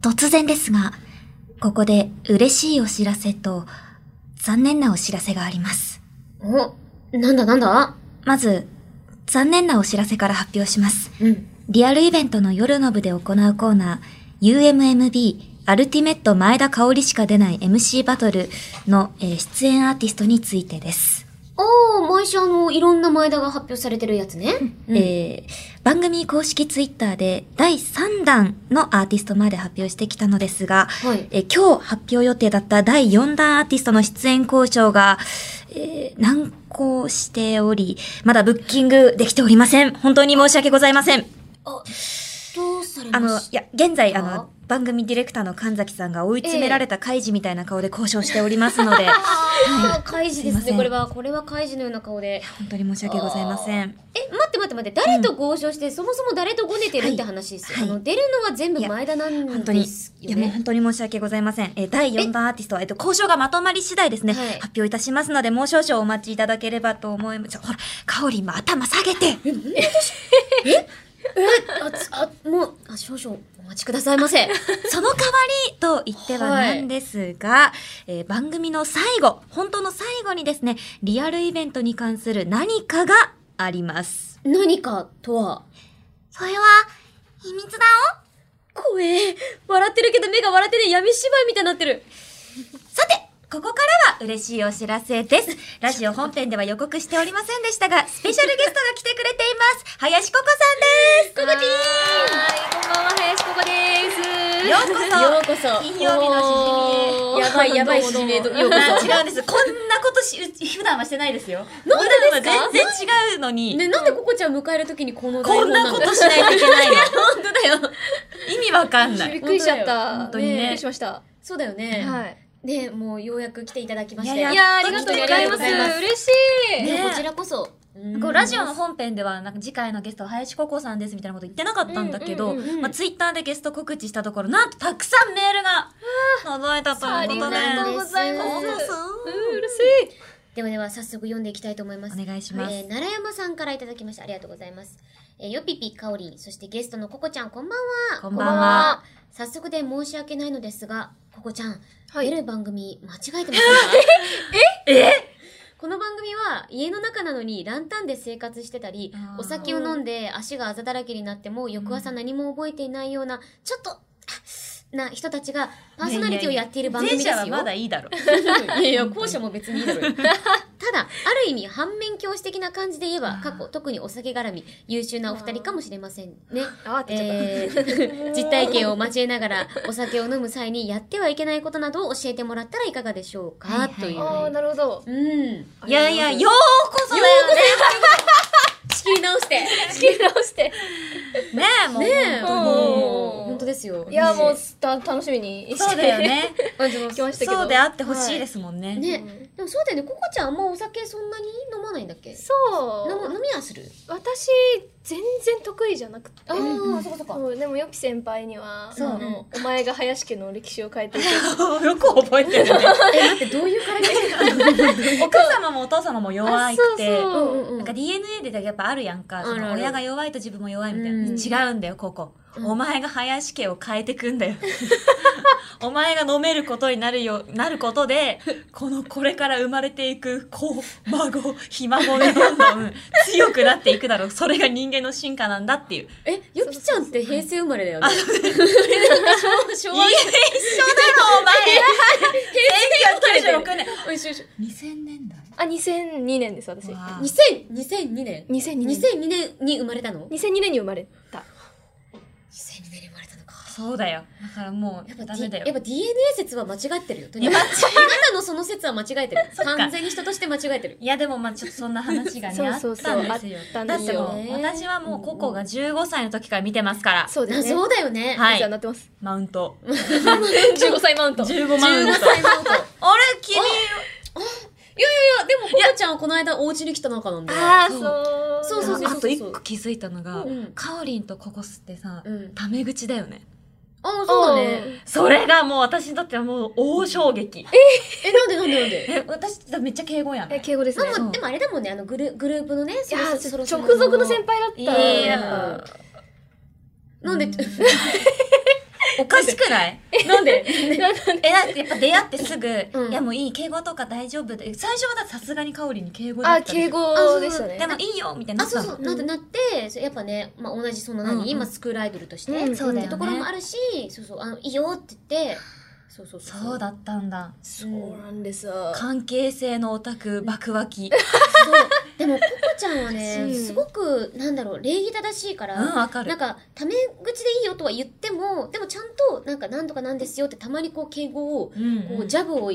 突然ですが、ここで嬉しいお知らせと、残念なお知らせがあります。お、なんだなんだまず、残念なお知らせから発表します。うん。リアルイベントの夜の部で行うコーナー、UMMB、アルティメット前田香織しか出ない MC バトルの、えー出演アーティストについてです。おー、毎週あの、いろんな前田が発表されてるやつね。ええー番組公式ツイッターで第3弾のアーティストまで発表してきたのですが、はい。えー今日発表予定だった第4弾アーティストの出演交渉が、えー難航しており、まだブッキングできておりません。本当に申し訳ございません。あ、どうされあまの、いしたや、現在、ああの、番組ディレクターの神崎さんが追い詰められた開示みたいな顔で交渉しております ので、あー、開示すですいませね。んこれは、これは開示のような顔で。本当に申し訳ございません。え、待って待って待って、誰と交渉して、そもそも誰とごねてるって話ですよ。はいあの、出るのは全部前田なん本当に、でいすよやもうね。本当に申し訳ございません。えー第4弾アーティストは、えっと、交渉がまとまり次第ですね、はい発表いたしますので、もう少々お待ちいただければと思います。ちょほら、かおりんも頭下げてあ、つあ、もう、あ、少々お待ちくださいませ。 その代わりと言ってはなんですが、えー番組の最後、本当の最後にですね、リアルイベントに関する何かがあります。何かとは。それは、秘密だよ怖え。笑ってるけど目が笑ってね、闇芝居みたいになってる。さて、ここからは嬉しいお知らせです。ラジオ本編では予告しておりませんでしたが、スペシャルゲストが来てくれています。林ココさんです。ココはーい、こんばんは、林ここです。ようこそようこそ。金曜日のしじみへやばい、やばい、しじみへと。ようこそ。違うんです。 こんなことし、うち普段はしてないですよ。なんで普です段はか全然違うのに、ね、なんでここちゃん迎えるときにこの台こん本ななのことしないといけないの。本当だよ。 意味わかんない。びっくりしちゃった。本当にねびっくりしました。そうだよね。はい。ね、もうようやく来ていただきまして。いやいやありがとうございます。ありがとうございま嬉しい。ねねこちらこそ。こうラジオの本編ではなんか次回のゲストは林ココさんですみたいなこと言ってなかったんだけど、うんうんうんうんまあ、ツイッターでゲスト告知したところなんとたくさんメールが届いたとあいうりことでがとうございま。そうなんですそううん、嬉しい。ではでは早速読んでいきたいと思います。お願いしますえー奈良山さんからいただきました。ありがとうございます。えーよぴぴかおりん、そしてゲストのここちゃん、こんばんは。こんばんは。早速で申し訳ないのですが、ここちゃん、はい出る番組間違 えてませんかこの番組は家の中なのにランタンで生活してたりあーお酒を飲んで足があざだらけになっても翌朝何も覚えていないようなちょっとあな人たちがパーソナリティをやっている番組前です者よはまだいいだろう いやいや、後者も別に いいだろうよただ、ある意味、反面教師的な感じで言えば、過去、特にお酒絡み、優秀なお二人かもしれませんね。あ、出ちゃっえー実体験を交えながら、お酒を飲む際にやってはいけないことなどを教えてもらったらいかがでしょうか、はいはいといた。あー、う。なるほど。うん。いやいやようこそだよ仕切り直して。仕切り直して。ねねえもう、ねえ、うんもう本当ですよ。いや、もう、た、楽しみに。そうだよ。ね私も来ましたけど。そうであってほしいですもん ね、ね、でもそうだよね、ここちゃんあんまお酒そんなに飲まないんだっけそ飲むう。飲みはする私、全然得意じゃなくて。ああ、そこそこ。そうでも、よき先輩には、あそうの、お前が林家の歴史を変えていく。よく覚えてるねえ、待って、どういうからかお母様もお父様も弱いくてあそうそううんうんうんなんか DNA でやっぱあるやんかそあるあのる親が弱いと自分も弱いみたいうんな、違うんだよここ、うんお前が林家を変えてく んだよお前が飲めることになるよなることでこのこれから生まれていく子孫ひ孫がどんどん強くなっていくだろうそれが人間の進化なんだっていうえ、ゆきちゃんって平成生まれだよね。一緒だ昭ろお前1996年おいしいおいしい2000年代あ、2002年です、私。2002 2000 2002年年。 2002年に生まれたの2002 ?2002 年に生まれた。年に生まれたのか。そうだよだからもうやっぱダ D- メだよやっぱ DNA 説は間違ってるよ。とにいかやく。あなたのその説は間違えてる。 そっか完全に人として間違えてる。いやでもまあちょっとそんな話が ねそうあっそうそうたんですよあったんだでっすてよもう私はもうココが15歳の時から見てますからそうですね。そうだよね。はいお世話になってます。マウント15歳マウント。 15マウント15歳なんか。いやあれ君いや、でも、ここちゃんはこの間お家に来た仲なんで。ああ、そうそう。そうそうそうあと一個気づいたのがうんカオリンとココスってさうん。タメ口だよねああ、そうだね。それがもう私にとってはもう大衝撃え、なんでなんでな んでえ私めっちゃ敬語やんおー。え、敬語ですね。でも、でもあれだもんね、あのグルグループのね、いやー、そ直ろそろ属の先輩だった。いややっぱなんで、うん おかしくないなんでえ、だってやっぱ出会ってすぐ、うんいやもういい、敬語とか大丈夫で、最初はだってさすがに香りに敬語だ あったでし敬ょ語でしたねでもいいよみ たいになあっそたうのそうなってなってそうやっぱね、まあ、同じその何、うんうん今スクールアイドルとして、うんそうだよねってところもあるしそうそうあのいいよって言ってそうそうそうそうだったんだ。そうなんですよ関係性のオタク爆湧き。そうでもココちゃんはう ねんすごくなんだろう礼儀正しいから、うん、わかる。なんかタメ口でいいよとは言ってもでもちゃんとなんかなんとかなんですよってたまにこう敬語をうんこううんジャブをこう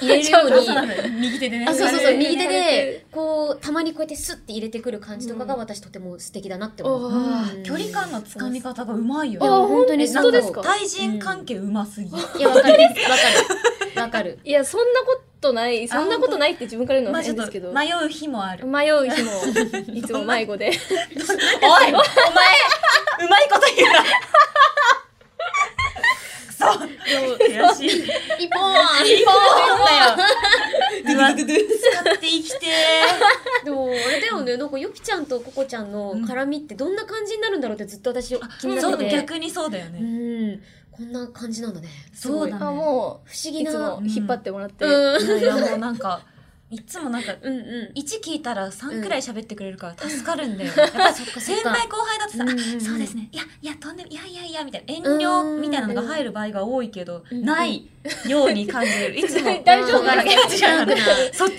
入れるようにそうなのよ右手でね。あそうそうそうね右手ねでこうたまにこうやってスッて入れてくる感じとかが私とても素敵だなって思う。うんあうん距離感のつかみ方がうまいよあね。本当に本当ですそか対人関係うますぎ。いやわかるわかるわかる。いやそんなことないそんなことないって自分から言うのまはあちょ変っですけどと迷う日もある。迷う日もいつも迷子でおい お前うまいこと言うな。くそ悔し い。一本 一うわ使って生きてでもあれだよねなんかよぴちゃんとここちゃんの絡みってどんな感じになるんだろうってずっと私 気にー。なそってう、て。逆にそうだようね。んこんな感じなんだね。そうだあも不思う議いな。つも引っ張ってもらって、うんい や、もうなんか、いつもなんか、うんうん。 1聞いたら3くらい喋ってくれるから助かるんだよ。あそっかそっ先か。輩後輩だとさ、うんあうんうんそうですね。いや、いや、とんでも、いやいやいや、みたいな。遠慮みたいなのが入る場合が多いけど、うんないように感じる。いつ も、大丈夫がりがちなのなんでかそっち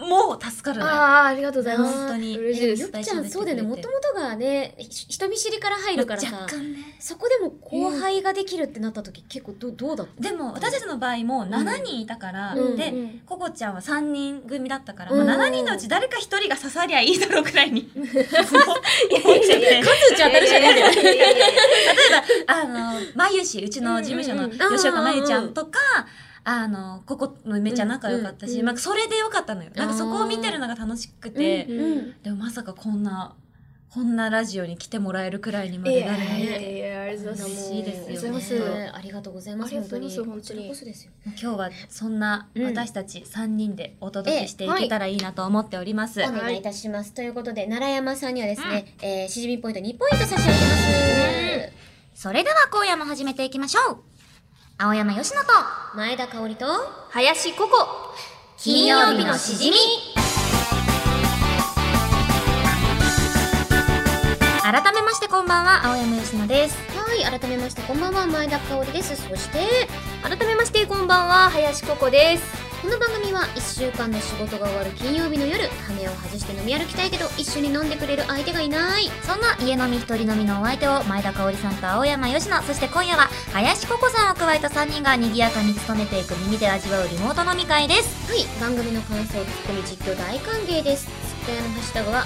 も助かるね。ああありがとうございます本当に嬉しいですよっちゃんそうだよねもともとがねひ人見知りから入るからさ若干ね。そこでも後輩ができるってなった時結構どどうだったでも、私たちの場合も7人いたから、うんで、うんココちゃんは3人組だったから、うんまあ、7人のうち誰か1人が刺さりゃいいだろうくらいに 思っちゃっいやて数打ち当たるじゃねえんだよいやいやいやいや あのまゆしうちの事務所うのんうんうん吉岡まゆちゃんとか、あのここめっちゃ仲良かったし、うんうんまあ、それでよかったのよなんかそこを見てるのが楽しくて、うんうんでもまさかこんなこんなラジオに来てもらえるくらいにまでなるなんいやていやいやありがとうございます嬉しいですよねありがとうございますねありがとうござありがとうございますいます本当本に当にこちらこそですよもう今日はそんなうん私たち3人でお届けしていけたらいいなと思っております、お願いいたしますということで奈良山さんにはですねえーしじみポイント2ポイント差し上げまそれでは今夜も始めていきましょう。青山よしのと、す前田香織と林ココ金曜日のしじみ。改めましてこんばんは、青山よしのです。はい改めましてこんばんは前田香織ですそして改めましてこんばんは林ココですこの番組は1週間の仕事が終わる金曜日の夜羽目を外して飲み歩きたいけど一緒に飲んでくれる相手がいないそんな家飲み一人飲みのお相手を前田香織さんと青山よしの、そして今夜は林ココさんを加えた3人が賑やかに務めていく耳で味わうリモート飲み会です。はい、番組の感想、ツッコミ、実況大歓迎です。ツイッターのハッシュタグは、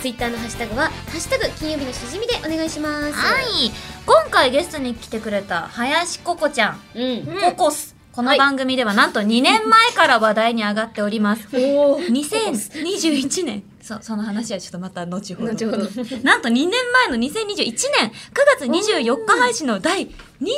ツイッターのハッシュタグは、ハッシュタグ金曜日のしじみでお願いします。はい。今回ゲストに来てくれた林ココちゃん、うん。ココス。この番組では なんと2年前から話題に上がっております。おお2021年。そう、その話はちょっとまた後ほど。後ほどなんと2年前の2021年9月24日配信の第28回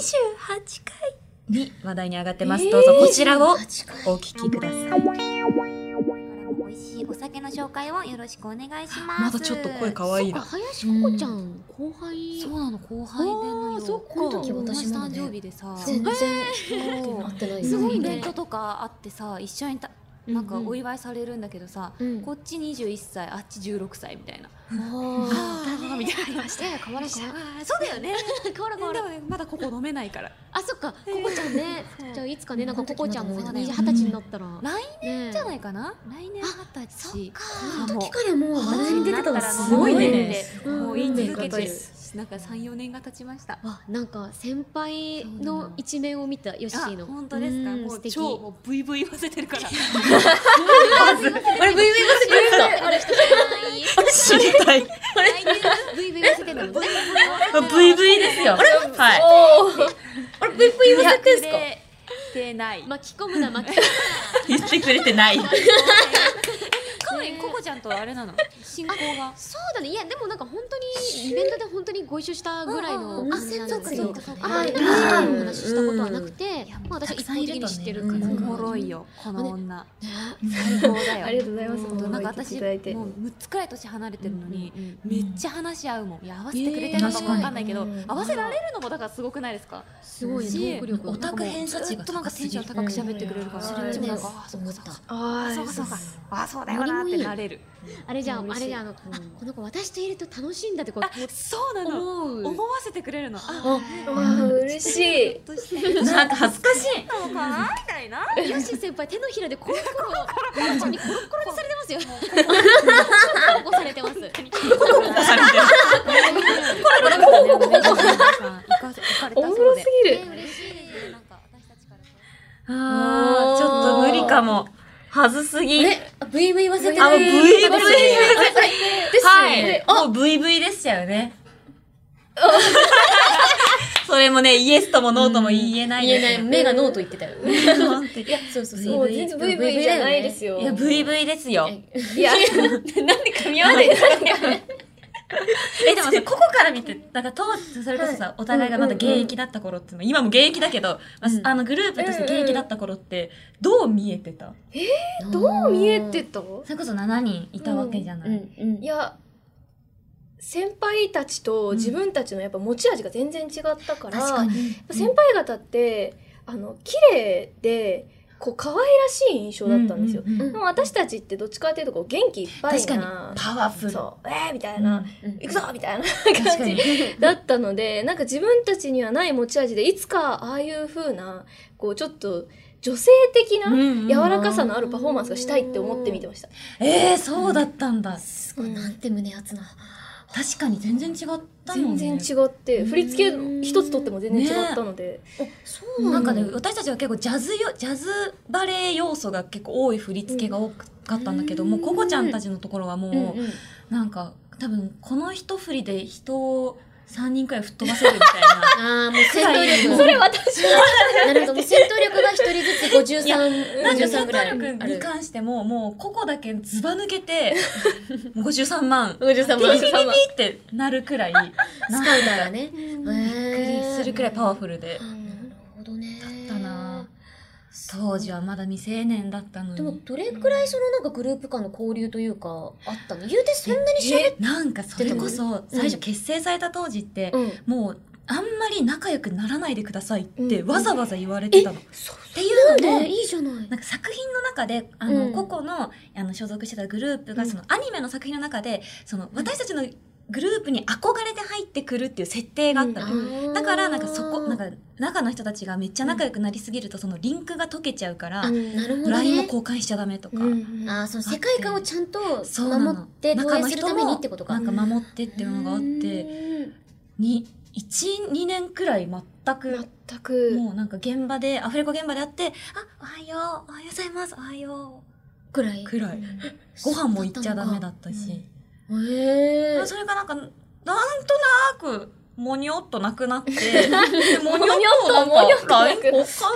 に話題に上がってます。どうぞこちらを8回。お聞きください。これから美味しいお酒の紹介をよろしくお願いします。まだちょっと声可愛いな林ココちゃん、後輩。そうなの後輩でのよ。あーそっかこの時同私じ誕誕生生日日でさ、全然、合そってないうよすごいイベねントとかあってさ、一緒にたなんかお祝いされるんだけどさ、うんこっち21歳、あっち16歳みたいな。ああーみたいな。ー、して、変わらしあーた。そうだよね。変わら変わでら。もねまだここ飲めないから。あ、そっか、ココちゃんね。じゃあ、いつかね、なんかココちゃんもそうだ二よ十歳になったら。来年年じゃないかな。来年二十歳。この時からもう話題に出てたのすすごごいいね。ね。もう言い続けてる。なんか三四年が経ちました。あなんか先輩の一面を見たヨッシあーの本当ですか。うんも素う敵超もうブイブイ言わせてるから。あれ VV 忘せてるんだあれ人じゃ知りたい ない VV 忘せてんだもんね VV ですよはいおーあれ VV 忘せてんすかてない。 巻き込むな巻き込む言ってくれてない。かなりココちゃんとあれなの進行がそうだねいやでもなんか本当にイベントで本当にご一緒したぐらいのうんうんうん感じなんですけあそどっかそっかあんまりう深んいお話ししたことはなくて、まあ、私はたく一さ方んい的るとねに知ってるから、うおんもろいよこの女最高だよありがとうございます本当なんか私いもうただいて6つくらい年離れてるのにうんめっちゃ話し合うもんいや合わせてくれてるのかもわかんないけどうん合わせられるのもだからすごくないですかすごいしトーク力がオタク偏差値ずがっとなん高かすテンぎショるン高く喋ってくれるからうんそれでもなんかうんああそうかそうかそうかそうあーかすああそうだよなーってなれるあれじゃあうんあれじゃああの、うあんこの子私といると楽しいんだってこあうそうなの思う思わせてくれるのあわー嬉しいどうしてるなんか恥ずかしいのかなみたいなヨッシー先輩手のひらでコロコロ コロちゃんにコロコロにされてますよコロコロされてますおもろすぎる嬉しいですなんか私たちからあーちょっと無理かもはずすぎえ、VV 言わせてあ、もう VV ねですよね。はい。もう VV でしたよね。それもね、イエスともノーとも言えない言でえすない。目がノーと言ってたよ。い本当にいや、そうそう、もう全然ブイブイじゃないですよ。よいや、VV ですよ。いやなんで噛み合わないんだ え、でもさ、ここから見て、なんか当時、それこそさ、お互いがまだ現役だった頃っていうの、今も現役だけど、まあうんあの、グループとして現役だった頃って、どう見えてたどう見えてたそれこそ7人いたわけじゃなうい、んうんい。や先輩たちと自分たちのやっぱ持ち味が全然違ったから、確かに先輩方ってあの綺麗でこう可愛らしい印象だったんですよ、ううでも私たちってどっちかっていうとこう元気いっぱい確なパワフル。そうえーみたいうな、んうん行くぞみたいな確感かじにだったのでなんか自分たちにはない持ち味でいつかああいう風なこうちょっと女性的なうん 柔らかさのあるパフォーマンスがしたいって思って見てました、えー、そうだったんだ。すごい、なんて胸熱な。確かに全然違ったもんね。全然違って振り付け一つとっても全然違ったので、そうなんかね、だ私たちは結構ジャズよジャズバレエ要素が結構多い振り付けが多かったんだけど、うんもうココちゃんたちのところはもう、うんうんなんか多分この一振りで人を3人くらい吹っ飛ばせるみたい な。ああ、もう戦闘力。それ私なるほど、もう戦闘力が一人ずつ五十三、なん五か十戦三ぐらい。闘力に関しても、もうココだけずば抜けて、 もう53万、五十三ピリ万。ピリスピリカウってなるくらい、なんかターがね。びっびっくりするくらいパワフルで。なるほどね。だだっな当時はまだ未成年だったのでもに。どれくらいそのなんかグループ間の交流というかあったの言うてそんなに喋っなんかそれこそ、最初結成された当時って、うんもうあんまり仲良くならないでくださいってうんわざわざ言われてたの。っていうのも、いいじゃないなんか作品の中で、あの、うん個々のあの所属してたグループが、うんそのアニメの作品の中で、その私たちのグループに憧れて入ってくるっていう設定があったの。あーだから、なんかそこ、なんか中の人たちがめっちゃ仲良くなりすぎると、そのリンクが解けちゃうから、あなるほど LINE もね交換しちゃダメとか。うんあーその世界観をちゃんとそうなの守って投中影のする人ためにってこともかなんか守ってっていうのがあっうて、ーんに、1、2年くらい全く全くもうなんか現場で、アフレコ現場で会って、あ、おはよう、おはようございます、おはよ、くらいうくらい。そご飯うも行っちゃダメだったそし。たのかへえそれがなんか、なんとなく、もにょっとなくなって、でもにょっとなんもにょっか、とラインなく交換する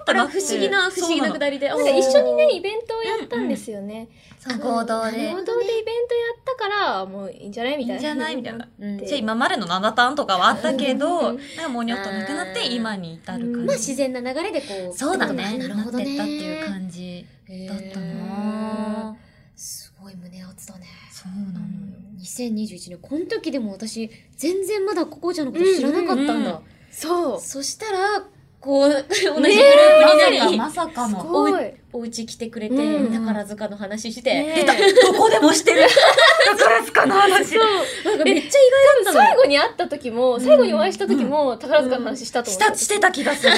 ってなあらっ不て。思議な不思議なくだだりでなんか一緒にねイベントをやったんですよね、そう合同で合同でイベントやったからもういいんじゃないみいたいないんじゃないみたいな。うんじゃあ今までの七ターンとかはあったけど、なんかもにょっとなくなっあて、ー今に至るう感んまあじ。自然な流れでこうそうだね。なるほどねなってったっていう感じだったへーなすごい胸熱だねそうなのよ。 2021年この時でも私全然まだココちゃんのこと知らなかったんだ、うんうんそうそしたらこう同じグループねになり、まさか、まさかの。すごいお家来てくれて、うん宝塚の話して、出たどこでもしてる。宝塚の話。なんかめっちゃ意外だった最後に会った時も最後にお会いした時も宝塚の話したと思下してた気がす る。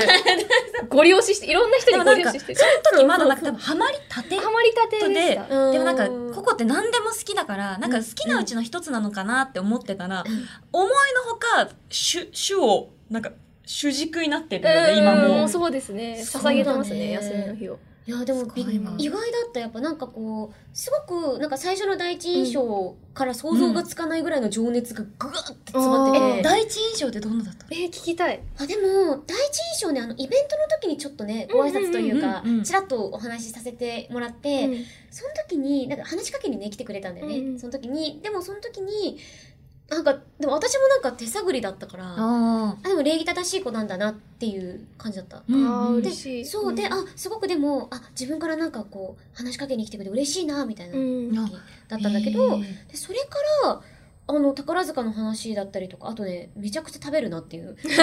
ゴリ押ししていろんな人でにもゴなんリか、押そしのして時まだなんか多分、ハマりたて。ハマりたてでしたででもなんか、ココって何でも好きだから、なんか好きなうちの一つなのかなって思ってたら、思いのほか、主、主を、なんか、主軸になってるよね、今うんも。そうですねそうだ捧ねげてますね休みの日をいやでもびすごいな意外だったやっぱなんかこうすごくなんか最初の第一印象から想像がつかないぐらいの情熱がぐわって詰まってて、うんえあー第一印象ってどんなだったえー、聞きたい。あでも第一印象ねあのイベントの時にちょっとねご挨拶というか、うんうんうんうんちらっとお話しさせてもらって、その時になんか話しかけにね来てくれたんだよね、うんうんその時にでもその時になんかでも私もなんか手探りだったからああでも礼儀正しい子なんだなっていう感じだった。うん、ああ、で嬉しい。そうで、ん、あすごくでもあ自分からなんかこう話しかけに来てくれて嬉しいなみたいな、うん。だったんだけど、でそれからあの宝塚の話だったりとかあとねめちゃくちゃ食べるなっていうそう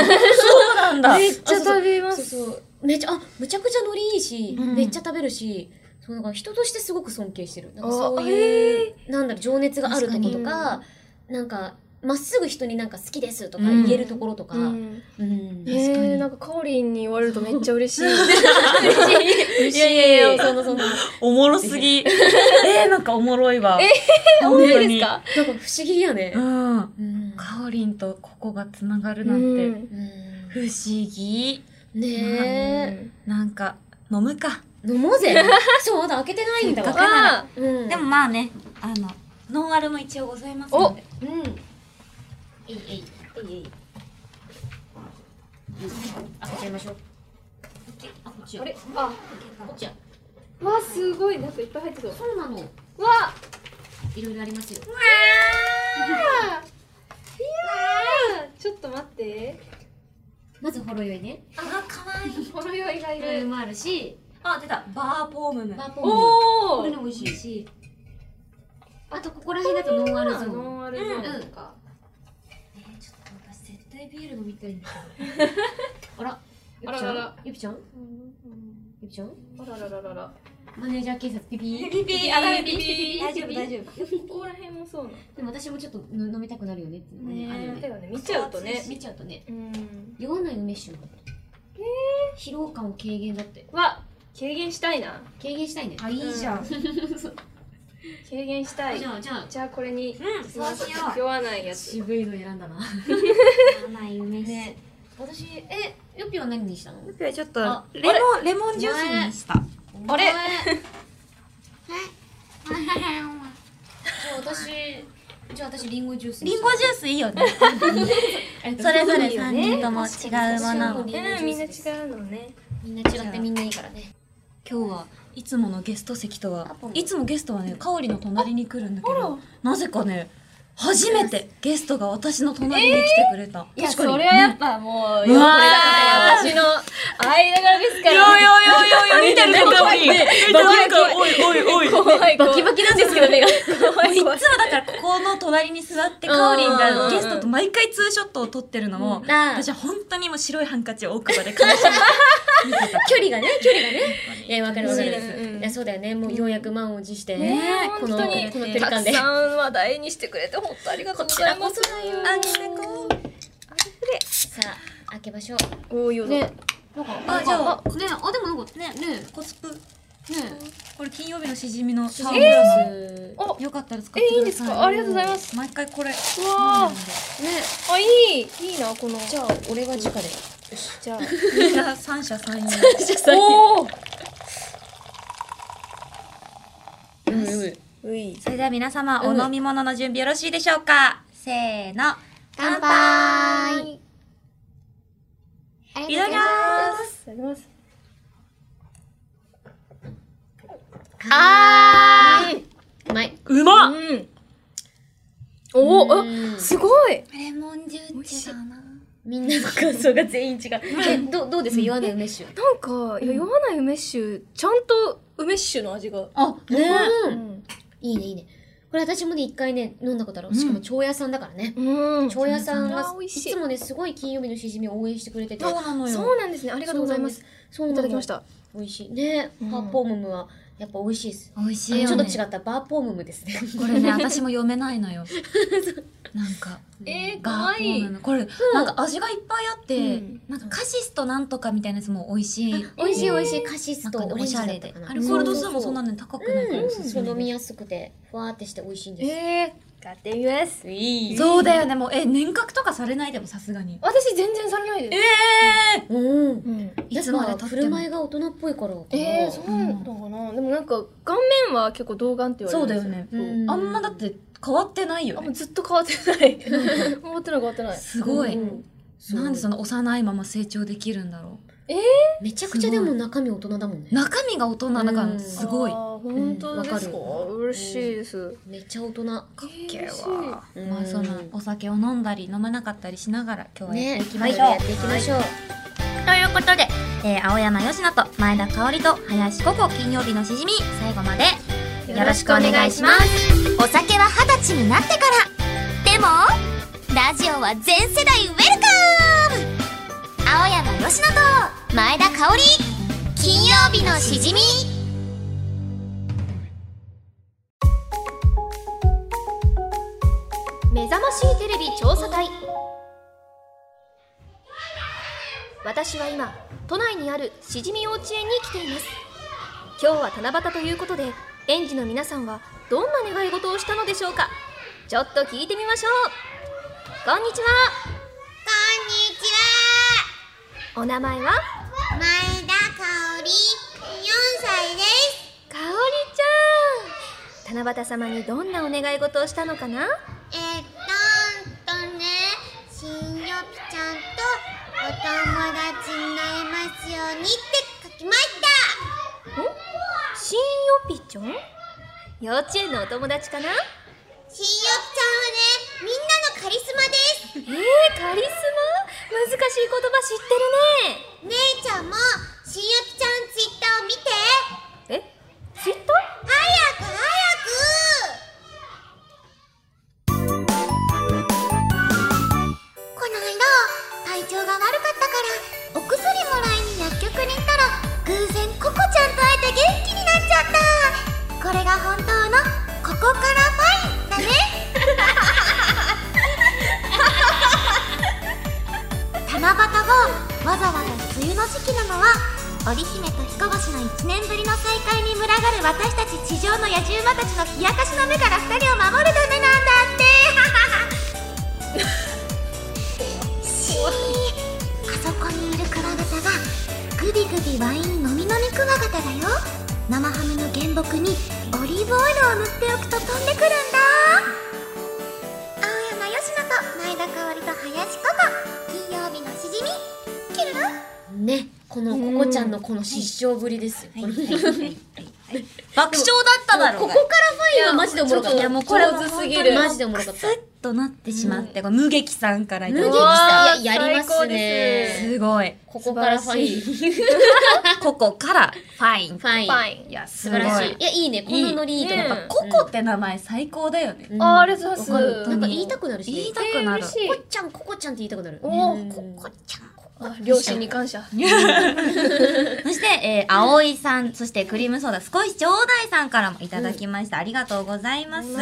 なんだめっちゃ食べまそうす。そうめちゃあむちゃくちゃノリいいし、うんめっちゃ食べるしそうなんか人としてすごく尊敬してるなんかあそうへいうなんだろう情熱があるとことかなんかまっすぐ人になんか好きですとか言えるところとか、ううんん。うんえー、なんかかおりんに言われるとめっちゃ嬉しい。嬉しいいやいやいやそんなそんな おもろすぎえー、なんかおもろいわえ本当ですなかんか不思議やね、うんうんかおりんとここがつながるうなんてんうん不思議ねえ、なんか飲むか飲もう ぜそうまだ開けてないんだせっわかあうんでもまあねあのノンアルも一応ございますおのでうんえいえいえいえい開けちゃいましょうあこっちーよあれあ、こっちやわ、すごい。なんかいっぱい入ってそう。そうなのわ、いろいろありますよちょっと待って。まずほろ酔いねあかわいいほろ酔いがいいろいろ。もあるしあ出たバーポームムバーポームおこれーも美味しいしあとここら辺だとノンアルゾーンノンアルゾーンか。えーちょっと私絶対ビール飲みたいんだけ どあらあらららゆきちゃんゆきちゃんあららららら。マネージャー警察ピピピピあらピピ大丈夫大丈夫ここら辺もそうなの。でも私もちょっと飲飲みたくなるよねっていうのがねあるよだねよね、見ちゃうとね。見ちゃうとねうん。酔わない梅酒疲労感を軽減だってわ、軽減したいな。軽減したいねあいいじゃん、軽減したいじ。ゃあじゃあじゃあこれうんにそうしよ酔わないやつ。渋いの選んだな飲まない梅酒、ね、私えヨピは何にしたの僕はちょっとあレモンレモンジュースにしたあれじゃあ私じゃあ私リンゴジュースリンゴジュースいいよねそれぞれ3人とも違うものをううん、みんな違うのね。みんな違ってみんないいからね 今日はいつものゲスト席とはポンいつもゲストはねかおりの隣に来るんだけどなぜかね初めてゲストが私の隣に来てくれた、いや、そ確かにれはやっぱもうう、よ、これだわから私の間柄ですから。よよよよ見てるねかおりなんかおいおいおい怖い、怖い。バキバキなんですけ ど目が怖い、怖い。いつもだからここの隣に座ってかおりんうんうんうがんゲストと毎回ツーショットを撮ってるのも、ああ私は本当にもう白いハンカチを奥歯でかみしめて距離がね距離がねいやわかるわかる、嬉しいですうんいやそうだよねもうようやく満を持して、ねこの本当にこの距離た感くでさん話題にしてくれて、本当ありがとうございまあす。げてこうさあ開けましょうおーよ、ね、あじゃあねあでもなんかねねコスプねこれ金曜日のしじみのサーモンえお、よかったら使ってくださいえいいんですかありがとうございます毎回これ うわねーあ、いい、いいな、この。じゃあ俺が直でじゃあ。みんな三者三様 おお。うい。それでは皆様お飲み物の準備よろしいでしょうかせーの乾杯いただきますいただきます。うまいううまっん。おお、あ、すごい。レモンジュースだなみんなの感想が全員違うえどうどうです言わない梅酒なんか、いや酔わない梅酒、ちゃんと梅酒の味が。あねん。いいねいいねこれ私もね一回ね飲んだことあるしかも蝶屋さんだからねうん。蝶屋さんがあ美い味しいつもねすごい金曜日のしじみを応援してくれててそうなのそうよなんですね。ありがとうございます。そういなたのだきました。美味しいねうんパッポームムはやっぱ美味しいです美味しあいのちよょっとね違ったバーポームムですねこれね私も読めない のよなんかえーガーポームのこれなんか味がいっぱいあってうんなんかカシスとなんとかみたいなやつも美味しい美味しい美味しいカシスなんとかねオおレンジしだゃっれたでかなアルコール度数もそんなに高くないからうんおすすそうめ飲でみすやすくてふわーってして美味しいんですえー、買ってみます。いいそうだよねもうえ年額とかされないでもさすがに私全然されないです。えうんうん。私ですまで経って振もる舞いが大人っぽいからかなえー、そうなのかな、でもなんか顔面は結構童顔って言われそるうんでだすよね、うんあんまだって変わってないよあねもうずっと変わってない変わってない変わって ないすごい、うんうなんでその幼いまま成長できるんだろめちゃくちゃでも中身大人だもんうね中身が大人だからすごい、あかー本当ですか,、うんわかる嬉しいです、めっちゃ大人かっけえ嬉しいわうんまあそのお酒を飲んだり飲まなかったりしながら今日はやっねていきはましょいう、やっていきましょうということで、えー青山佳乃と前田香織と林ココ金曜日のしじみ最後までよろしくお願いしますお酒は二十歳になってからでもラジオは全世代ウェルカム青山佳乃と前田香織金曜日のしじみ目覚ましいテレビ調査隊私は今都内にあるしじみ幼稚園に来ています今日は七夕ということで園児の皆さんはどんな願い事をしたのでしょうかちょっと聞いてみましょうこんにちはこんにちはお名前は前田香織4歳でかおりちゃん七夕様にどんなお願い事をしたのかなすえっとんとね新よぴちゃんとお友達になれますようにって書きました新よぴちょん幼稚園のお友達かな新よぴちゃんはねみんなのカリスマですえー、カリスマ難しい言葉知っ姉ちゃんも新よぴちゃんツイッターを見ててるねえツイッタ早く早くこの間体調が悪かったからお薬もらいに薬局に行ったら偶然ココちゃんと会えて元気になっちゃったこれが本当のここからファインだね七夕後わざわざ梅雨の時期なのは織姫と彦星の1年ぶりの再会に群がる私たち地上の野獣馬たちの冷やかしの目から2人を守るためなんだってしーあそこにいるクワガタがグビグビワイン飲み飲みクワガタだよ生ハムの原木にオリーブオイルを塗っておくと飛んでくるんだ青山佳乃と前田香織と林ココ金曜日のしじみキュルルンねこのここちゃんのこの失笑ぶりですよ、この爆笑だっただろうが今マジでおもろかったいやもうこれは上本手当すぎにるマジでおもろかったクスッとなってしまって、これ無劇さんからいただ無き劇ましさんうわーいややりますね最高すごいここからファインフここからファインァインーパインいや素素晴らしいいいやいいねこのノリいいと思ったいいねココって名前最高だよね、うんあーありがとうございわまかるすなんか言いたくなるし、ね、言いたくなるえー嬉しいこっちゃんここちゃんって言いたくなるおうんーこっちゃんあ両親に感謝 そして、えー、葵さん、そしてクリームソーダ少しちょうだいさんからもいただきました。ありがとうございます。ん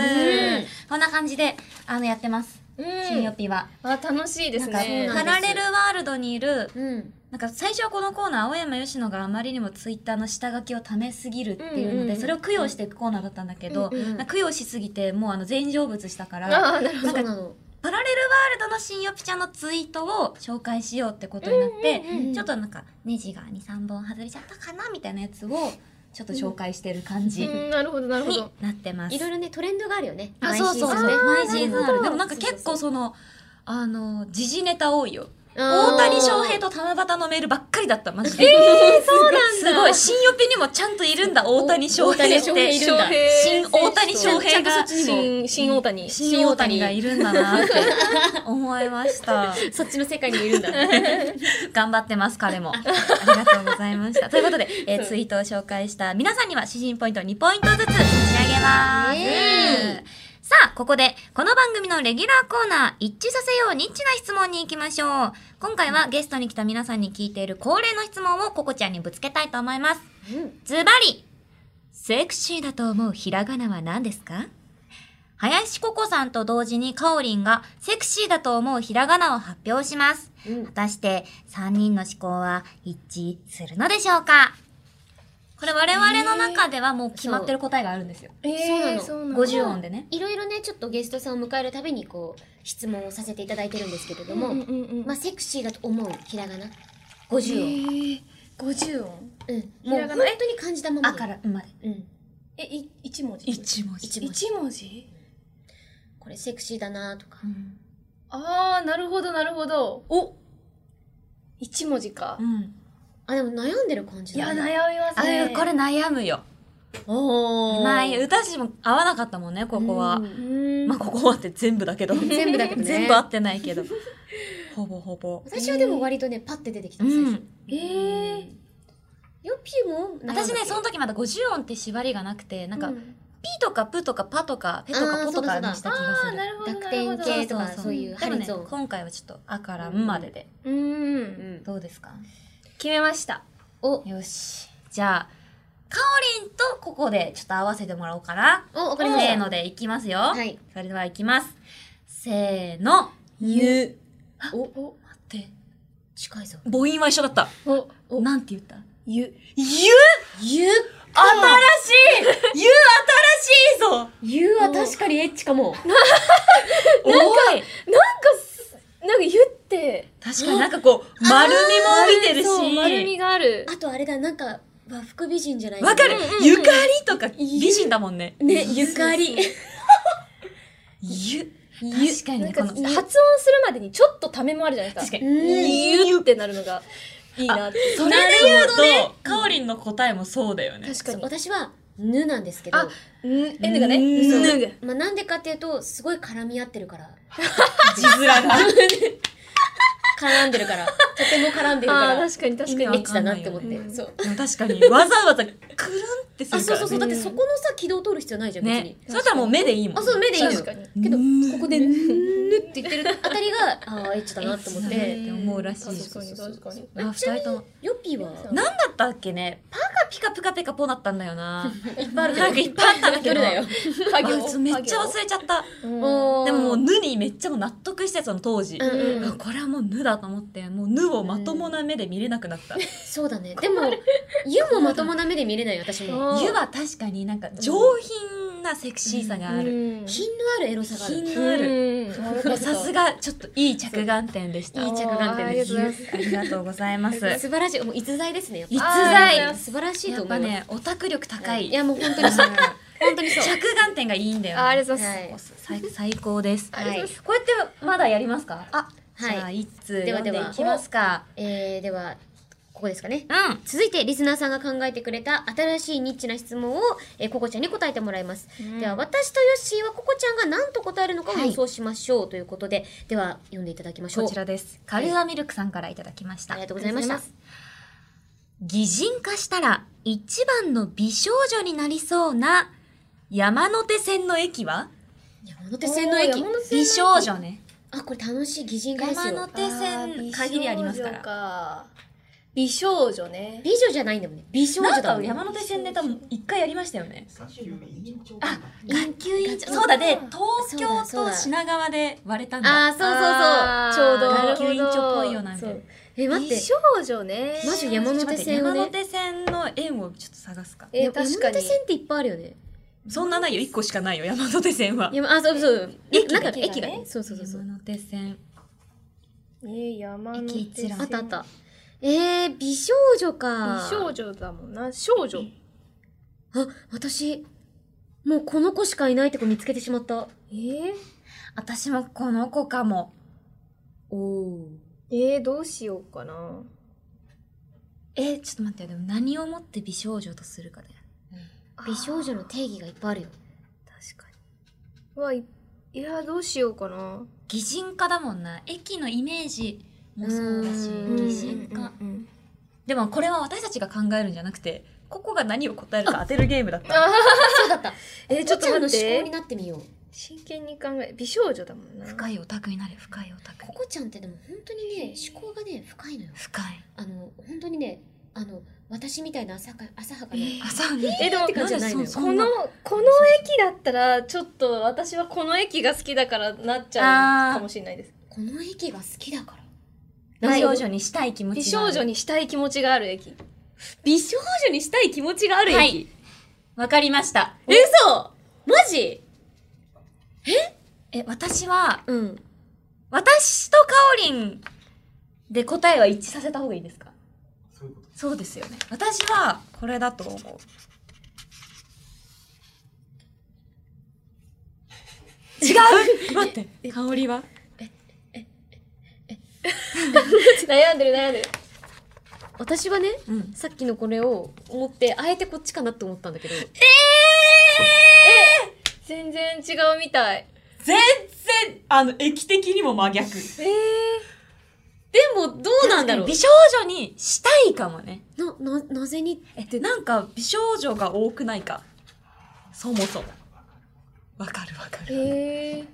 こんな感じで、あの、やってます。うん新予備は。あ楽しいですねパラレルワールドにいる、うんなんか最初はこのコーナー、青山佳乃があまりにもツイッターの下書きをためすぎるっていうので、うんうんそれを供養していくコーナーだったんだけど、うんうんなんか供養しすぎて、もうあの、全成仏したから、あーなるそうなのパラレルワールドの新予備ちゃんのツイートを紹介しようってことになって、うんちょっとなんかネジが23本外れちゃったかなみたいなやつをちょっと紹介してる感じほどうんなるほどなるほにどなってます。いろいろねトレンドがあるよねあそうそうそう毎シ毎シーーズンねズンああーなるほるどでもなんか結構そのあの時事ネタ多いようん大谷翔平と七夕のメールばっかりだったマジで、そうなんだすごい新予備にもちゃんといるんだ大谷翔平大っ谷翔平いてるんだ新大谷翔平が新新大谷新大谷がいるんだなって思いましたそっちの世界にいるんだ頑張ってます、彼も。ありがとうございました。ということで、えーツイートを紹介した皆さんには、詩人ポイント2ポイントずつ差し上げます。イエーさあ、ここで、この番組のレギュラーコーナー、一致させようニッチな質問に行きましょう。今回はゲストに来た皆さんに聞いている恒例の質問をココちゃんにぶつけたいと思います。ズバリセクシーだと思うひらがなは何ですか林ココさんと同時にカオリンがセクシーだと思うひらがなを発表します。果たして3人の思考は一致するのでしょうかこれ我々の中ではもう決まってる答えがあるんですよ。えーそそうなの50音でね。いろいろねちょっとゲストさんを迎えるたびにこう質問をさせていただいてるんですけれども、うんうんうんまあセクシーだと思うひらがな50を、えー50音うん。もうひ本らがなえ当に感じたままあで。から生まれうん。えい一文字一文字一文字。一文字これセクシーだなとか。ああなるほどなるほどお一文字かうんあ、でも悩んでる感じいやだ、悩ね。みますあねこれ悩むよおー。まあ歌詞も合わなかったもんねここはうんうんまあここはって全部だけど全部だけど ね。全部合ってないけどほぼほぼ私はでも割とね、パッて出てきたのう最ん初。えーヨッピーも悩んだっけ私ねその時まだ50音って縛りがなくてなんか、うんピとかプとかパとかペとあーかポとそかうだそうだにした気がすあるなるほど濁点系とかそうそうそうそういうでハもリねゾーン。今回はちょっと「あ」から「ん」までで、うん、うんどうですか決めましたお、よしじゃあかおりんとここでちょっと合わせてもらおうかなお、わかせりました。ーのでいきますよ、はい。それではいきますせーのゆ。おお待って近いぞ。母音は一緒だったおなんて言ったゆゆゆ新しいゆ新しいぞゆは確かにエッチかも。おいなんかゆって確かになんかこう丸みも帯びてるそう丸しみがあるあとあれだ、なんか、和服美人じゃないわかる、ゆかりとか美人だもんねね、ゆかり。ゆゆ確かになんねかこ発の音するまでにちょっとためもあるじゃないです確かかにうん。ゆってなるのがいいなってそれで言うとねかおりんの答えもそうだよね確か私は、ぬなんですけど。あに N がねうんそうぬまあ、なんでかっていうと、すごい絡み合ってるから。字面が絡んでる から。とても絡んでるかあーら。エ確かに確意かに味ッチだなって思って。わかんないよねそう。でも確かにわざわざくるんってすあ、るかそうらそうそう。だってそこのさ、軌道を通る必要ないじゃん、別にね。それとはもう目でいいもんあ、そう、目でいいのよ。確かにけど、うんここで、ぬーって言ってるあたりが、あー、エッチだなって思っエッチだてね。って思うらしい確かに確かにあ二人ともヨッピーは、何だったっけねパカピカプカペカポだったんだよないっぱいあるけどなんかいっぱいあったんだけ どどれだよ。あそうめっちゃ忘れちゃったおでももう「ぬ」にめっちゃもう納得してその当時、うんうあん。これはもう「ぬ」だと思ってもう「ぬ」をまともな目で見れなくなったそうだね。でも、ユもまともな目で見れない、私も。湯は確かになんか上品なセクシーさがある、る品のあるエロさがある。品のある、さすががちょっといい着眼点でしたいい着眼点ですありがとうございます素晴らしい。もう逸材ですね。やっぱ逸あ材素晴らしいやとっ思いぱます。ねオタク力高い、いや、もう本当にそう。本当にそう。着眼点がいいんだよ、ね、あありがとうございますはいもう最最高です、ありがとうございこれってまだやりますかあじゃはあい。一通で読はんでではいきますかえー、では、ここですかね。うん続いて、リスナーさんが考えてくれた新しいニッチな質問を、えー、ココちゃんに答えてもらいます。では、私とヨッシーはココちゃんが何と答えるのかを予想しましょうということで、では、読んでいただきましょう。こちらですカルアミルクさんからいただきました、ありがとうございました。擬人化したら一番の美少女になりそうな山手線の駅は山手線の駅。美少女ねあ、これ楽しい擬人化です山よ。手線限りありますからら美少女ね美女じゃないんだもんね。美少な女んだもかんね。山手線ネタも一回やりましたよね眼球委員長そうだでそう東だ京とそうだ品川で割れたんだあー、そうちょうど眼球委員長っぽいよなみたいなそうそう。え、待っ美て。少女ねマジ山手線を山ね。手線の円をちょっと探すかえ山確か手に線っていっぱいあるよね。そんなないよ1個しかないよ山手線はいや、あ、そうそう。駅なんか駅がね駅がね。そうそうそうそう。山手線え山手線駅一覧あったあった。えー、美少女か。美少女だもんな少女あ、私、もうこの子しかいないって子見つけてしまった。えー、私もこの子かもおお。えー、どうしようかなえちょっと待ってよでも何をもって美少女とするかだよ美少女の定義がいっぱいあるよ。確かにうわいいやどうしようかな擬人化だもんな駅のイメージもそうだしう擬人化うんうんうんでもこれは私たちが考えるんじゃなくてここが何を答えるか当てるゲームだったそうだった。えー、ちょっとここ待っちゃんの思考にてなってみよう。真剣に考え美少女だもんな深いオタクになる深いオタクここちゃんってでも本当にね、思考がね、深いのよ。深いあの、本当にね、あの、私みたいな浅か浅はかな、朝にえでもって感じじゃないなのよんでそこのこの駅だったらちょっと私はこの駅が好きだからなっちゃうかもしれないですこの駅が好きだから。美少女にしたい気持ち美少女にしたい気持ちがある駅美少女にしたい気持ちがある駅。はいわかりましたえ、嘘マジえ私はうん。私とかおりんで答えは一致させた方がいいですかそういうことそうですよね私はこれだと 思う違う待って香りは悩んでる悩んでる私はね、うんさっきのこれを持ってあえてこっちかなと思ったんだけど全然違うみたい全然あの液的にも真逆でもどうなんだろう美少女にしたいかもねなななぜにえなんか美少女が多くないかそもそもわかるわかるへえ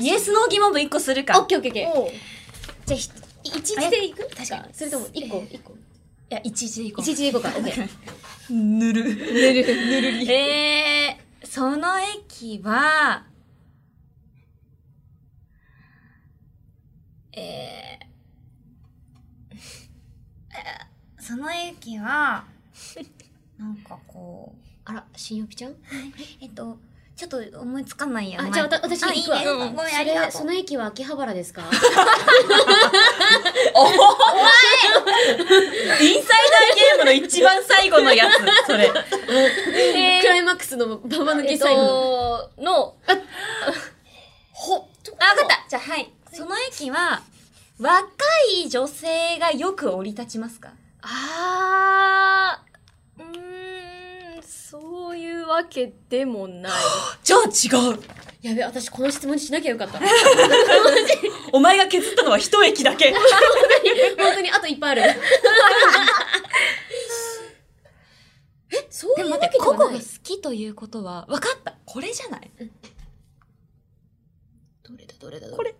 イエスノー疑問文1個するあかオッケーオッケーオッケーおうじゃあひ一日でいく確かそれとも一個一個いや一時でいこ一日でいこうかオッケーうぬるぬるぬるりえー、その駅は、えー、 その駅 は、なんかこう、あら新予備ちゃんえっと、ちょっと思いつかないやあじゃあわた私あい行いくわねうんうんごめんそありがとれうその駅は秋葉原です かインサイダーゲームの一番最後のや つそれクライマックスのババ抜け最後のとのあ、わかった。じゃあ、はい。その駅は、若い女性がよく降り立ちますかあーうーんそういうわけでもないじゃあ違うやべ私この質問にしなきゃよかった本お前が削ったのは一駅だけ当にあといっ ぱいあるえそういうわけでコはコが好ないきということは分かったこれじゃないどれだどれだこれ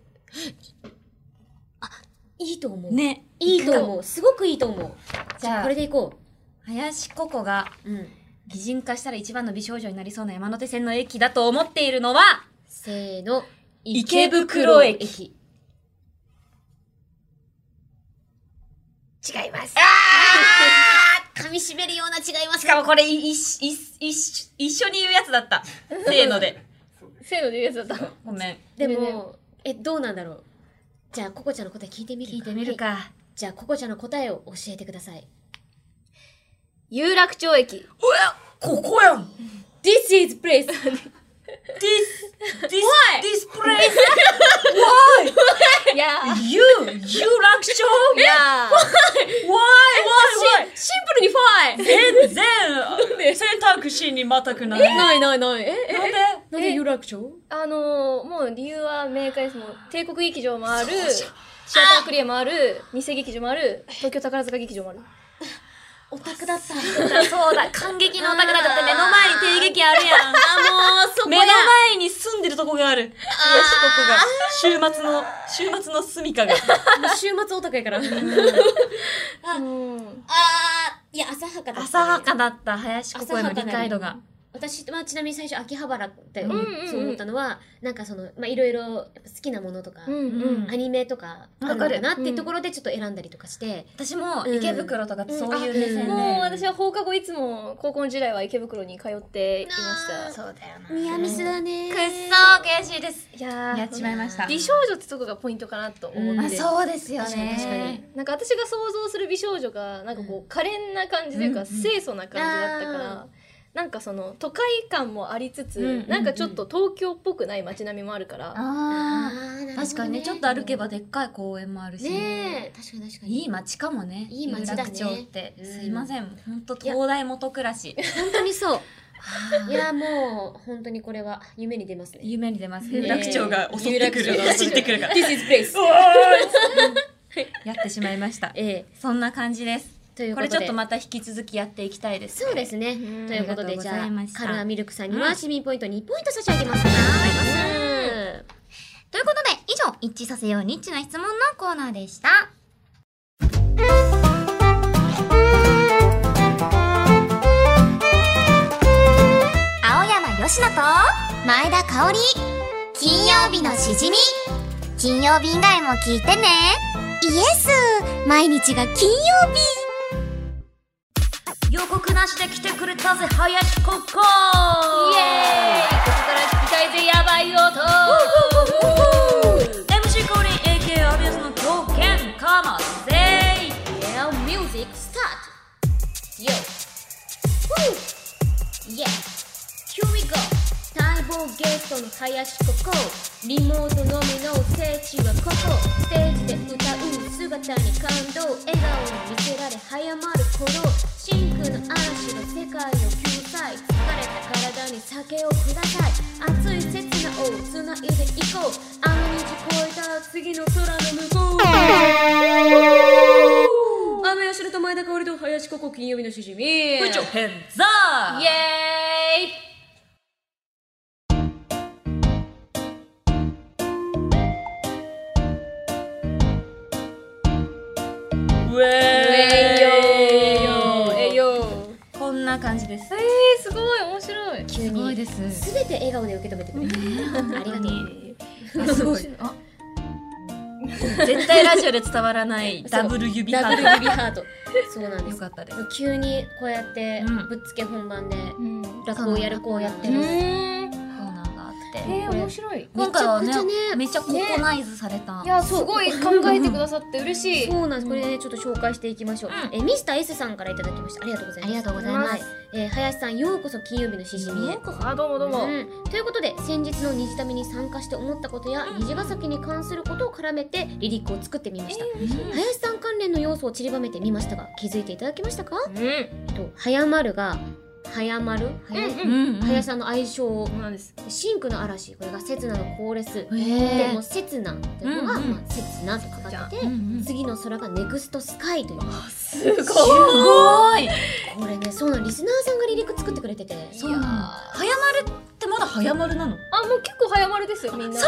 いいと思うねいいと思うすごくいいと思うじじゃゃああこれでいこ林ココがううん擬人化したら一番の美少女になりそうな山手線の駅だと思っているのは、せーの池袋駅駅違います。 噛み締めるような違いますしかもこれ、い、い、い、い、一緒に言うやつだった。せーのでせーので言うやつだったごめんでも、ねねえどうなんだろうじゃあココちゃんの答え聞いてみる聞いてみるはいか。じゃあココちゃんの答えを教えてください有楽町駅ここやん This is place This, this, Why? this place! Why? いや You, you 楽勝いや Why? Why? Why? シンプルにファイ全 然選択肢に全くない。なんでいないないええなんでえ有楽町あのー、もう理由は明快ですもう帝国劇場もあるシアタークリエもある偽劇場もある東京宝塚劇場もあるオタクだった そうだ、感激のお宝だって目の前に定劇あるやん。あ、 もう、そ目の前に住んでるとこがある。東国が、週末の、週末の住みかが。週末オタクやからうんあーいや浅はかだった、ね、 浅はかだった、林ココへの理解度が。私はちなみに最初秋葉原ってんうんうんそう思ったのは、なんかそのまあいろいろやっぱ好きなものとか、うんうんうんアニメとかあるのかなっていうところでちょっと選んだりとかして、私もうん池袋とかってそういううん目線で。もう私は放課後いつも高校時代は池袋に通っていましたそうだよな。くっニアミスだねそー悔しいです。いやーやっちまいました。美少女ってとこがポイントかなと思って、あ、そうですよ確かに確かにね。なんか私が想像する美少女がなんかこう可憐な感じといううかん清楚な感じだったから、あなんかその都会感もありつつ、うんうんうんなんかちょっと東京っぽくない街並みもあるから、ああーあ、確かにね、ちょっと歩けばでっかい公園もあるし。ねえ確かに確かにいい街かもね。いい街だね有楽町って。うんすいません。ほんと、東大元暮らし。本当にそういやもう本当にこれは夢に出ますね夢に出ます有ね。楽町が襲ってく有楽町る。が走ってくるから。 This is place やってしまいま した。ええそんな感じです。というこことれちょでっとまた引き続きやっていきたいです。そうですねんということでありがとうごじざゃいまあしたカルアミルクさんにうはん市民ポイント2ポイント差し上げますかということで、以上、一致させようニッチな質問のコーナーでした。青山よしと前田香織金曜日のしじみ金曜日以外も聞いてねイエス毎日が金曜日予告なしで来てくれたぜ、林ココイイエーイここから聞きたいぜやばい音 !MC 降臨 AK アビアスの狂犬かまぜミュージックスタートのゲストの林ここリモートのみの聖地はここステージで歌う姿に感動笑顔を見せられ早まる頃真空の嵐が世界を救済疲れた体に酒をください熱い刹那をつないでいこうあの虹越えた次の空の向こ う雨吉野と前田香織と林ここ金曜日のしじみ部長変ザイエーイーウェーイよえいよこんな感じですえー、すごい面白い急にですすべて笑顔で受け止めてくれるありがとうすごいあ絶対ラジオで伝わらないダブル指ハダブルー指ハートそうなんトでよすかったです急にこうやってうんぶっつけ本番でうん落語をやる子をやってうるんコーナーがあってえー、面白い今回はめちゃくちゃねねめっちゃココナイズされたいやすごい考えてくださって嬉しいそうなんですこれねちょっと紹介していきましょううえミスター S さんからいただきましたありがとうございますありがとうございますえー林さんようこそ金曜日のしじみへあどうもどうも、うんということで先日の虹旅に参加して思ったことや虹ヶ崎に関することを絡めてリリックを作ってみました、林さん関連の要素を散りばめてみましたが気づいていただけましたか、うんえっと早まるが早まる早,、うん林さんの愛称をそうなんですシンクの嵐これが刹那のコーレス、でへもう刹那というのが、うんうんまあ、刹那とかかって、ー次の空がネクストスカイというすごいすごいこれねそうなのリスナーさんがリリック作ってくれててそうなの早まるってまだ早まるなのあもう結構早まるですよみんな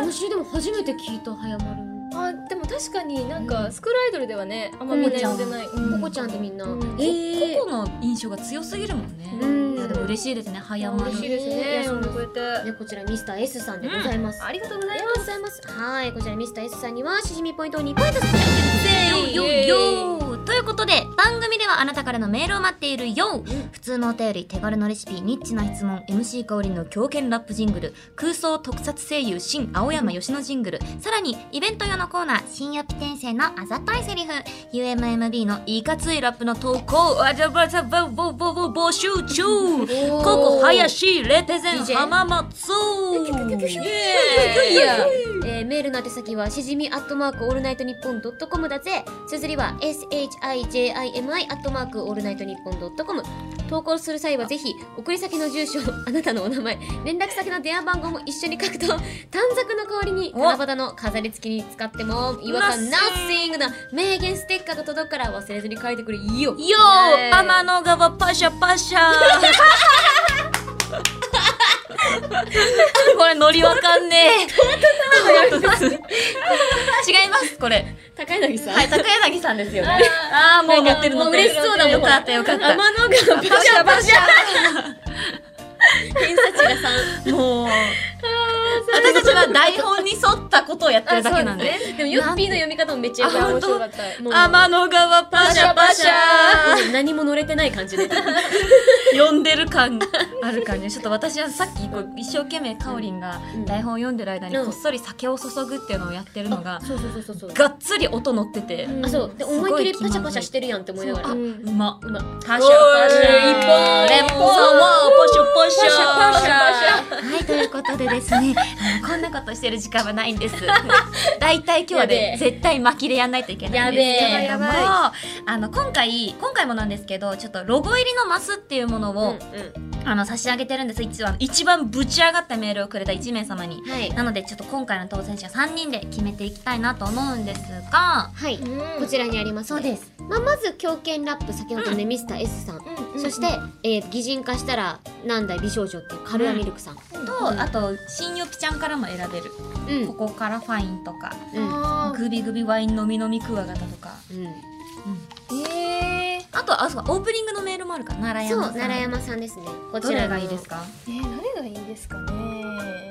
今週でも初めて聞いた早まるあでも確かになんか、スクールアイドルではねあんまみんな呼んでない、うんココちゃんってみんな、うんえー個々の印象が強すぎるもんねうんいやでも嬉しいですね早まる嬉しいですねいや呼んでくれてでこちらミスター S さんでございます、ありがとうごあざいりがまとうすございますはいこちらミスター S さんにはしじみポイントを2ポイント差し上げるよよということで番組ではあなたからのメールを待っているよ普通のお便り手軽のレシピニッチな質問 MC 香りの狂犬ラップジングル空想特撮声優新青山吉野ジングルさらにイベント用のコーナー新予備転生のあざといセリフ UMMB のいかついラップの投稿あじゃばざばぼぼぼ募集中ここ林レテゼン DJ 浜松いや、えー、メールの宛先はしじみアットマークオールナイトニッポンドットコムだぜ綴りは SHIJIMI アットマークオールナイトニッポンドットコム投稿する際はぜひ送り先の住所あなたのお名前連絡先の電話番号も一緒に書くと短冊の代わりにお七夕の飾り付きに使っても違和感ナッシングな名言ステッカーが届くから忘れずに書いてくれいいよよー天の川パシャパシャ これノリわかん ねえ違いますこれ高柳さんはい高柳さんですよねああーもう乗ってる乗ってる嬉しそうだもんよかったよかった天の川パシャパシ ャ偏差値がもう私たちは台本に沿ったことをやってるだけなんで3でもヨッピーの読み方もめっちゃよかった面白かったもう天の川パシャパシャもう何も乗れてない感じで読んでる感ある感じちょっと私はさっきこう一生懸命かおりんがうん台本を読んでる間にうんこっそり酒を注ぐっていうのをやってるのがそうそうそうそうそうがっつり音乗っててあそうですご思いいっきりパシャパシャしてるやんって思いながらそうあんうまっうまパシャパシャ一本レモンサワーパシャパシャパシャはいということでですねあのこんなことしてる時間はないんですだいたい今日はやねべ絶対巻きでやんないといけないんですけれどもやべえあの今回今回もなんですけどちょっとロゴ入りのマスっていうものを、あの差し上げてるんです一番一番ぶち上がったメールをくれた1名様にはいなのでちょっと今回の当選者3人で決めていきたいなと思うんですがはいうんこちらにありますそうですまあまず狂犬ラップ先ほどねミスター S さんうんうんそしてえー擬人化したらなんだい美少女っていうカルアミルクさんとあと新よぴちゃんからも選べるうんここからファインとかうんあグビグビワイン飲み飲みクワガタとかーえーあとあそうかオープニングのメールもあるから奈そ良う山さん奈良山さんですねこどちられのがいいですかえー、何がいいんですかね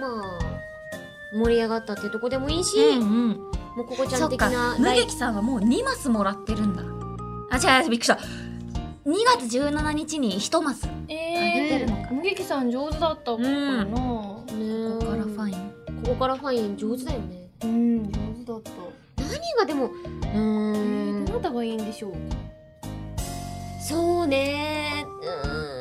まあ盛り上がったっていうとこでもいいしんうんもうここちゃそんっ的かな無ライ劇さんはもう2マスもらってるんだあ違う違うびっくりした2月17日に1マスげえてるのか無劇さん上手だったからなねここからファインここからファイン上手だよねうん、上手だった何がでもうえーんー、どなたがいいんでしょうそうねうーん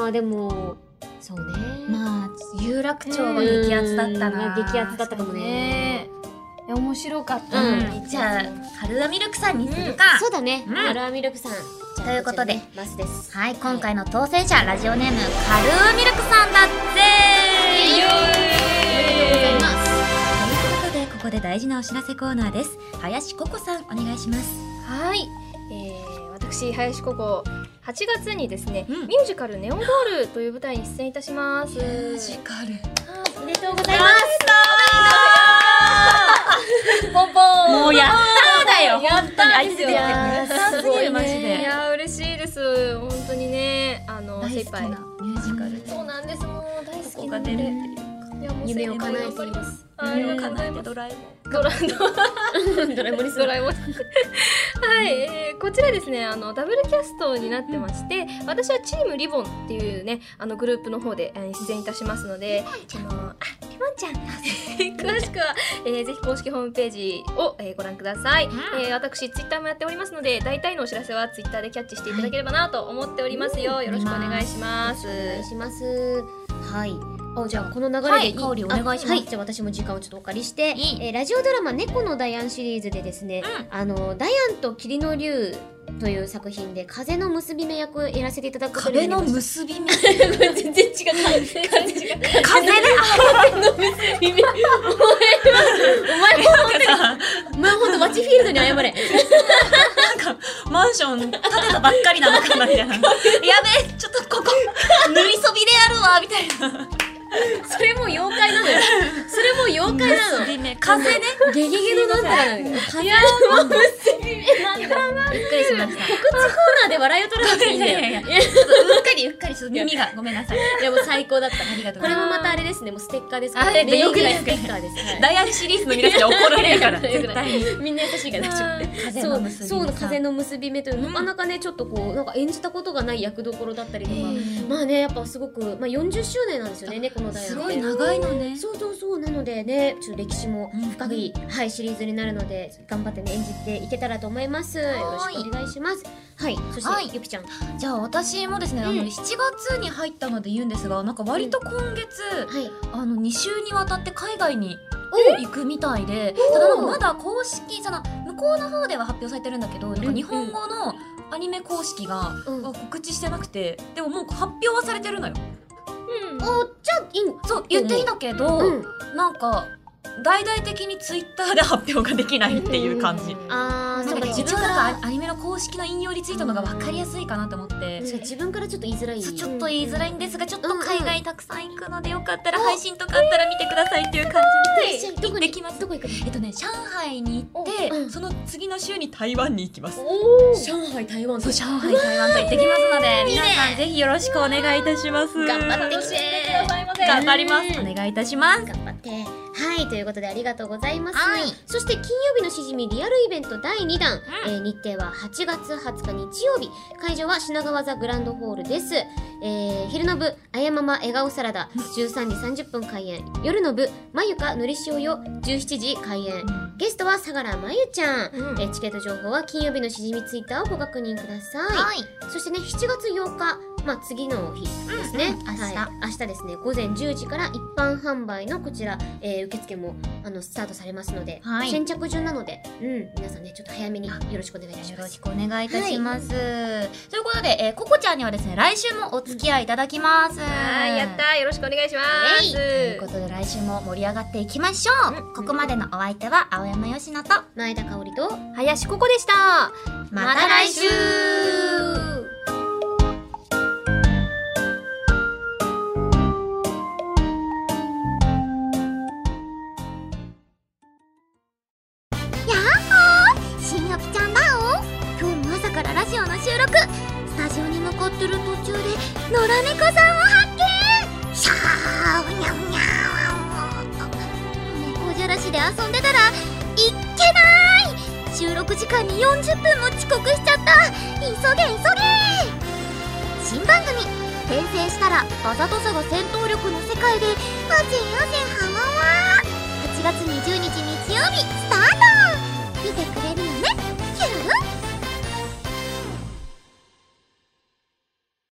あでもそうねまあ有楽町が激アツだったなうん激アツだったかもねいや面白かった、うんじゃあカルダミルクさんにするか、そうだねうんアルアミルクさんじゃあということでちらねマスですはい今回の当選者ラジオネームカルーミルクさんだぜイエーイございますということでここで大事なお知らせコーナーです林ココさんお願いしますはい、えー、私林ここ8月にですね、うんミュージカル「ネオンゴール」という舞台に出演いたしますミュージカルおめでとうございますもうやったーだよやったあんりですすぎよるすごいマジでいやー嬉しいです本当にねあの精一杯ミュージカルそうなんですもう大好ここきながん出でるっていやもう夢を叶えていますます夢を叶えてドラえもんドラドラえもんドラえもん はい、えーこちらですねあのダブルキャストになってまして、私はチームリボンっていうねあのグループの方で、えー出演いたしますのであのあリボンちゃん詳しくは、えーぜひ公式ホームページを、えーご覧ください、えー私ツイッターもやっておりますので大体のお知らせはツイッターでキャッチしていただければなと思っておりますよ、よろしくお願いしまおす、願いしますはいあじゃあこの流はれでい香りお願いしますあはいじゃあ私も時間をちょっとお借りしていいえーラジオドラマ「猫のダイアン」シリーズでですね、あのダイアンと霧の竜という作品で風の結び目役をやらせていただくことになりまし結たび目全然違う感じが風でお前ほんとマチフィールドに謝れなんかマンション建てたばっかりなのかなみたいなやべえちょっとここ塗りそびであるわみたいなそれもう妖怪なのよそれもう妖怪なの結び目風ねゲゲゲのなんたらなんだ風の結び目なんだびっくりしま した告知コーナーで笑いを取らなくていいんだよいやいやいやちょっとうっかりうっかりちょっと耳がごめんなさいいやもう最高だったありがとうござこれいまもまたあれですねもうステッカーですあえでよくないステッカーですはいすダイアンシリーズの皆さんに怒られるからよく絶な対にみんな優しいから大丈風夫。の結び目そう、そうさ風の結び目という、なかなかね、ちょっとこう、なんか演じたことがない役どころだったりとか。まあね、やっぱすごく、まあ、40周年なんですよね、猫のダイアンって。長いのねそうそうそうなのでねちょっと歴史も深い、はい、シリーズになるので頑張ってね演じていけたらと思いますよろしくお願いしますはいそして、はいゆきちゃんはじゃあ私もですね、あの7月に入ったので言うんですがなんか割と今月、いあの2週にわたって海外に行くみたいでただなんかまだ公式その向こうの方では発表されてるんだけどなんか日本語のアニメ公式が、うんあ告知してなくてでももう発表はされてるのよおじゃあいいんそう言っていいんだけど、うんなんか大々的にツイッターで発表ができないっていう感じ、あなーんそうかか自自分分がからなんかアニメの公式の引用リツイートの方が分かりやすいかなと思って、確かに自分からちょっと言いづらいそうちょっと言いづらいんですがちょっと海外たくさん行くのでよかったら配信とかあったら見てくださいっていう感じで行ってきますどこ行くのえっとね上海に行って、うんその次の週に台湾に行きます上海台湾そう上海台湾と行ってきますので皆さんぜひよろしくお願いいたします頑張ってきて頑張りますお願いいたします頑張ってはいということでありがとうございます、はいそして金曜日のしじみリアルイベント第2弾、えー日程は8月20日日曜日会場は品川ザグランドホールです、えー昼の部「あやまま笑顔サラダ」13時30分開演夜の部「まゆかのりしおよ」17時開演ゲストは相良まゆちゃん、えーチケット情報は金曜日のしじみツイッターをご確認くださいはいそしてね、7月8日、まあ、次の日ですね、うんうん明日はい、明日ですね、午前10時から一般販売のこちら、えー受付もあのスタートされますので、はい先着順なので、うん、皆さんね、ちょっと早めによろしくお願いいたしよまろすし。くお願いいたします、ということで、えー、ココちゃんにはですね来週もお付き合いいただきます、はいやったよろしくお願いしますということで来週も盛り上がっていきましょう、ここまでのお相手は青山佳乃と前田香織と林ここでしたまた来週新アピちゃんだお今日も朝からラジオの収録スタジオに向かってる途中で野良猫さんを発見シャーウニャウニャー猫じゃらしで遊んでたらいっけない収録時間に40分も遅刻しちゃった急げ急げ新番組「転生したらあざとさが戦闘力の世界で汗汗ハマワー」8月20日日曜日スタート